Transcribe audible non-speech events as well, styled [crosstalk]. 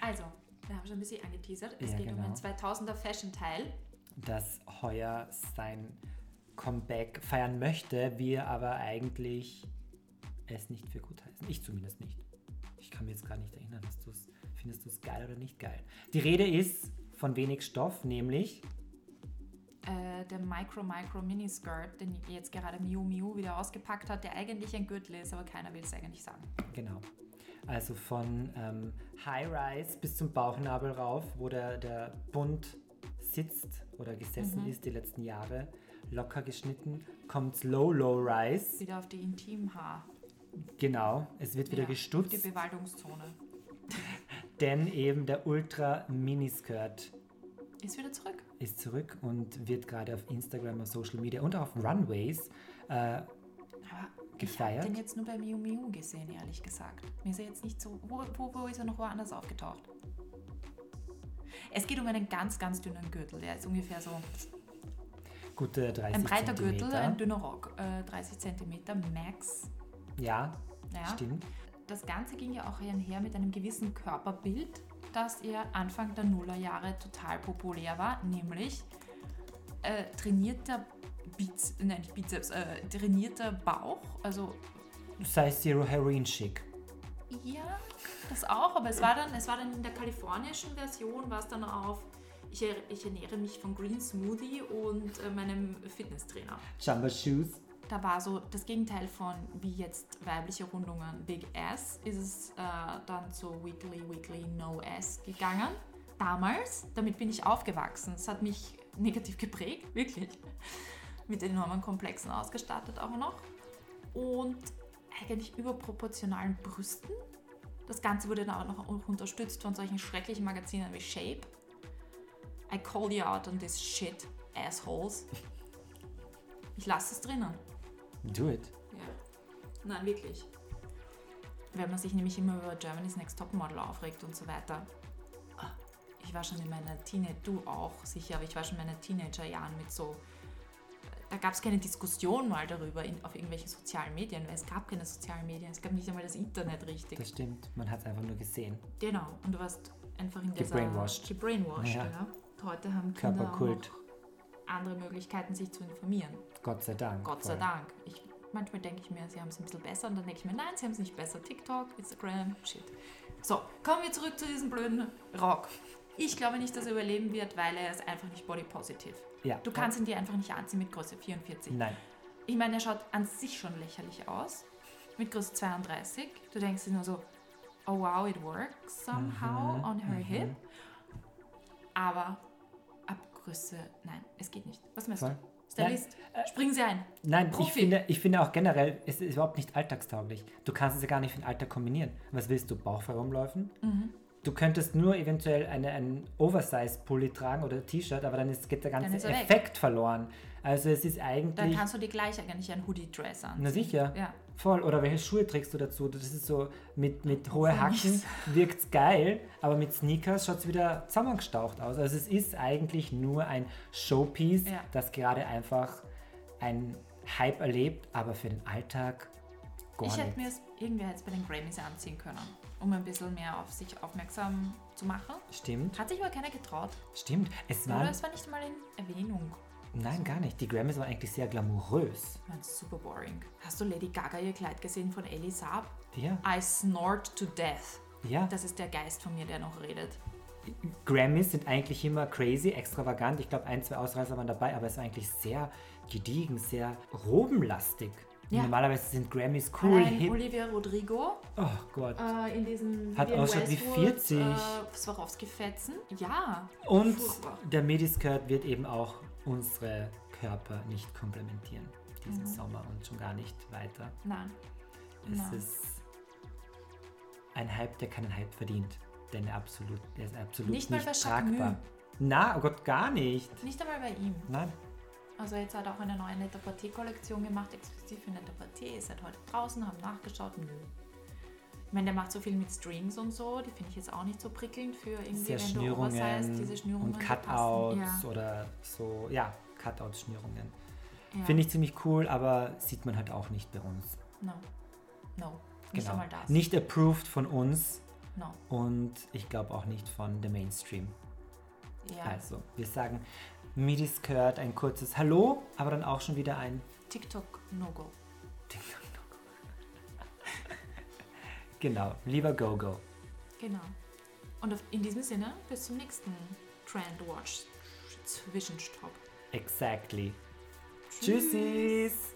Also, wir haben schon ein bisschen angeteasert. Es Ja, geht um genau. ein 2000er Fashion-Teil. das heuer sein Comeback feiern möchte, wir aber eigentlich es nicht für gut heißen. Ich zumindest nicht. Ich kann mir jetzt gar nicht erinnern, hast du's, findest du es geil oder nicht geil. Die Rede ist von wenig Stoff, nämlich Äh, der Micro Micro Miniskirt, den jetzt gerade Miu Miu wieder ausgepackt hat, der eigentlich ein Gürtel ist, aber keiner will es eigentlich sagen. Genau. Also von ähm, High Rise bis zum Bauchnabel rauf, wo der, der Bund sitzt oder gesessen Mhm. ist die letzten Jahre, locker geschnitten, kommt Low Low Rise. Wieder auf die Intimhaar. Genau, es wird wieder Ja, auf Die gestutzt, Bewaldungszone. denn eben der Ultra Miniskirt Ist wieder zurück. ist zurück und wird gerade auf Instagram, auf Social Media und auch auf Runways äh, Aber gefeiert. den jetzt nur bei Miu Miu gesehen, ehrlich gesagt. Mir ist er jetzt nicht so. Wo, wo, wo ist er noch woanders aufgetaucht? Es geht um einen ganz, ganz dünnen Gürtel. Der ist ungefähr so Gute 30 ein breiter Zentimeter. Gürtel, ein dünner Rock, äh, 30 cm max. Ja, Ja. stimmt. Das Ganze ging ja auch einher mit einem gewissen Körperbild, das ihr Anfang der Nullerjahre total populär war, nämlich äh, trainierter Bizeps, nein, nicht Bizeps, äh, trainierter Bauch, also Size Zero Heroin Chic. Ja, das auch, aber es war dann, es war dann in der kalifornischen Version, war es dann auf, ich, er- ich ernähre mich von Green Smoothie und äh, meinem Fitnesstrainer. Jumbo Shoes. Da war so das Gegenteil von, wie jetzt weibliche Rundungen Big Ass, ist es äh, dann zu Weekly, Weekly No Ass gegangen. Damals, damit bin ich aufgewachsen. Es hat mich negativ geprägt, wirklich. Mit enormen Komplexen ausgestattet auch noch. Und eigentlich überproportionalen Brüsten. Das Ganze wurde dann auch noch unterstützt von solchen schrecklichen Magazinen wie Shape. I call you out on this shit, assholes. Ich lasse es drinnen. Do it. Ja. Nein, wirklich. Wenn man sich nämlich immer über Germany's Next Topmodel aufregt und so weiter. Ah, Ich war schon in meiner Teenager, du auch sicher, aber ich war schon in meinen Teenagerjahren mit so. Da gab es keine Diskussion mal darüber in, auf irgendwelchen sozialen Medien, weil es gab keine sozialen Medien, es gab nicht einmal das Internet richtig. Das stimmt, man hat es einfach nur gesehen. Genau, und du warst einfach in dieser... Gebrainwashed. Gebrainwashed, ja. Ja. Und Heute haben Kinder Körperkult. auch noch andere Möglichkeiten, sich zu informieren. Gott sei Dank. Gott sei voll. Dank. Ich, manchmal denke ich mir, sie haben es ein bisschen besser und dann denke ich mir, nein, sie haben es nicht besser. TikTok, Instagram, shit. So, kommen wir zurück zu diesem blöden Rock. Ich glaube nicht, dass er überleben wird, weil er ist einfach nicht body positive. Ja. Du kannst ihn dir einfach nicht anziehen mit Größe 44. Nein. Ich meine, er schaut an sich schon lächerlich aus. Mit Größe 32. Du denkst dir nur so, oh wow, it works somehow Mhm, on her hip. Aber ab Größe, nein, es geht nicht. Was meinst Voll. äh, du? Stylist, springen Sie ein. Nein, ich Profi. finde, ich finde auch generell, es ist überhaupt nicht alltagstauglich. Du kannst es ja gar nicht für den Alltag kombinieren. Was willst du, Bauch herumläufen? Mhm. Du könntest nur eventuell eine, einen Oversize-Pulli tragen oder T-Shirt, aber dann ist, geht der ganze ist er weg. Effekt verloren. Also es ist Dann eigentlich... kannst du dir gleich eigentlich einen Hoodie-Dress anziehen. Na sicher. Ja. Voll. Oder welche Schuhe trägst du dazu? Das ist so, mit, mit hohe Von Hacken nichts. wirkt es geil, aber mit Sneakers schaut es wieder zusammengestaucht aus. Also es ist eigentlich nur ein Showpiece, Ja. das gerade einfach einen Hype erlebt, aber für den Alltag gar Ich hätte nicht. mir es irgendwie jetzt bei den Grammys anziehen können, um ein bisschen mehr auf sich aufmerksam zu machen. Stimmt, Hat sich aber keiner getraut. stimmt. Es Oder waren, es war nicht mal in Erwähnung. nein, gar nicht. Die Grammys waren eigentlich sehr glamourös. Ich meine, super boring. Hast du Lady Gaga ihr Kleid gesehen von Ellie Saab? Ja, I snort to death. ja. Das ist der Geist von mir, der noch redet. Grammys sind eigentlich immer crazy, extravagant. Ich glaube, ein, zwei Ausreißer waren dabei, aber es war eigentlich sehr gediegen, sehr robenlastig. Ja. Normalerweise sind Grammys cool, Allein hip. Olivia Rodrigo Oh Gott. äh, in diesem Hat Vivienne ausgeschaut wie Westwood, 40. Äh, Swarovski-Fetzen. Ja. Und furchtbar. der Mediskirt wird eben auch unsere Körper nicht komplementieren diesen Mhm. Sommer und schon gar nicht weiter. Nein. Es Nein. ist ein Hype, der keinen Hype verdient. Denn er, absolut, er ist absolut Nicht nicht, mal bei Jacques tragbar. Mü. Na, oh Gott, gar nicht. Nicht einmal bei ihm. Nein. Also jetzt hat er auch eine neue Net Partie-Kollektion gemacht, exklusiv für Net Partie. Ihr seid halt heute draußen, haben nachgeschaut. Nö. Ich meine, der macht so viel mit Strings und so, die finde ich jetzt auch nicht so prickelnd für irgendwie, sehr wenn du Schnürungen, oversized, diese Schnürungen und die Cutouts passen. oder so, ja, Cutout-Schnürungen. Ja, ja. Finde ich ziemlich cool, aber sieht man halt auch nicht bei uns. Genau. No. No. Nicht einmal das. Nicht approved von uns, No. und ich glaube auch nicht von The Mainstream. Ja. Also, wir sagen Midis gehört ein kurzes Hallo, aber dann auch schon wieder ein TikTok No-Go. Ding-Dong-Dong. [laughs] Genau, lieber Go-Go. Genau. Und auf, in diesem Sinne, bis zum nächsten Trend Watch Zwischenstopp. Exactly. Tschüssis!